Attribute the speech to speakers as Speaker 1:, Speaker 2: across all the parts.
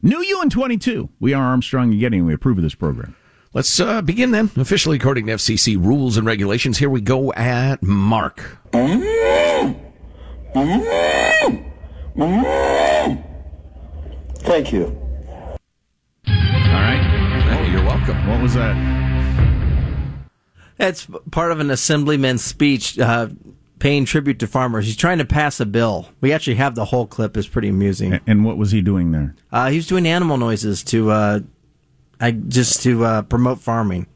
Speaker 1: New you in 22. We are Armstrong and Getty, and we approve of this program.
Speaker 2: Let's uh, begin then, officially according to FCC rules and regulations. Here we go at Mark.
Speaker 3: Thank you.
Speaker 1: All right.
Speaker 2: Oh, you're welcome.
Speaker 1: What was that?
Speaker 4: That's part of an assemblyman's speech uh, paying tribute to farmers. He's trying to pass a bill. We actually have the whole clip. It's pretty amusing.
Speaker 1: A- And what was he doing there?
Speaker 4: Uh, he was doing animal noises to, uh, I just to uh, promote farming.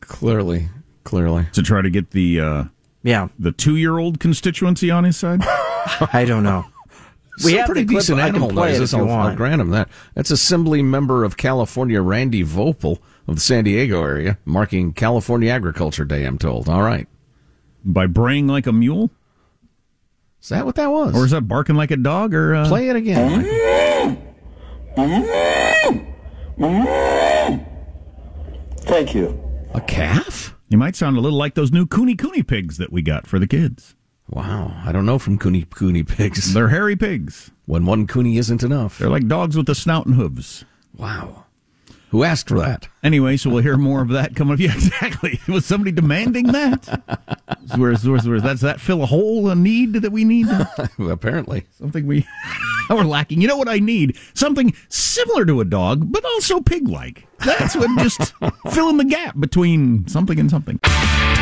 Speaker 2: Clearly, clearly.
Speaker 1: To try to get the uh,
Speaker 4: Yeah,
Speaker 1: the two year old constituency on his side?
Speaker 4: I don't know.
Speaker 2: Some
Speaker 4: have
Speaker 2: pretty
Speaker 4: the clip.
Speaker 2: decent
Speaker 4: I can
Speaker 2: animal
Speaker 4: play it
Speaker 2: noises.
Speaker 4: if you
Speaker 2: I'll, I'll
Speaker 4: want.
Speaker 2: grant him that. That's Assembly member of California Randy Vopel of the San Diego area, marking California Agriculture Day. I'm told. All right,
Speaker 1: By braying like a mule?
Speaker 2: is that what that was?
Speaker 1: Or is that barking like a dog? Or uh,
Speaker 2: play it again? Michael.
Speaker 3: Thank you.
Speaker 2: A calf?
Speaker 1: You might sound a little like those new Cooney Cooney pigs that we got for the kids.
Speaker 2: Wow, I don't know from Cooney Cooney pigs.
Speaker 1: They're hairy pigs.
Speaker 2: When one Cooney isn't enough.
Speaker 1: They're like dogs with the snout and hooves.
Speaker 2: Wow, who asked for that?
Speaker 1: Anyway, so we'll hear more of that coming up. Yeah, exactly. Was somebody demanding that? Where's, where's, where's, that's that fill a hole, a need that we need?
Speaker 2: Apparently,
Speaker 1: Something we are lacking. You know what I need? Something similar to a dog, but also pig like. That's what just fill in the gap between something and something.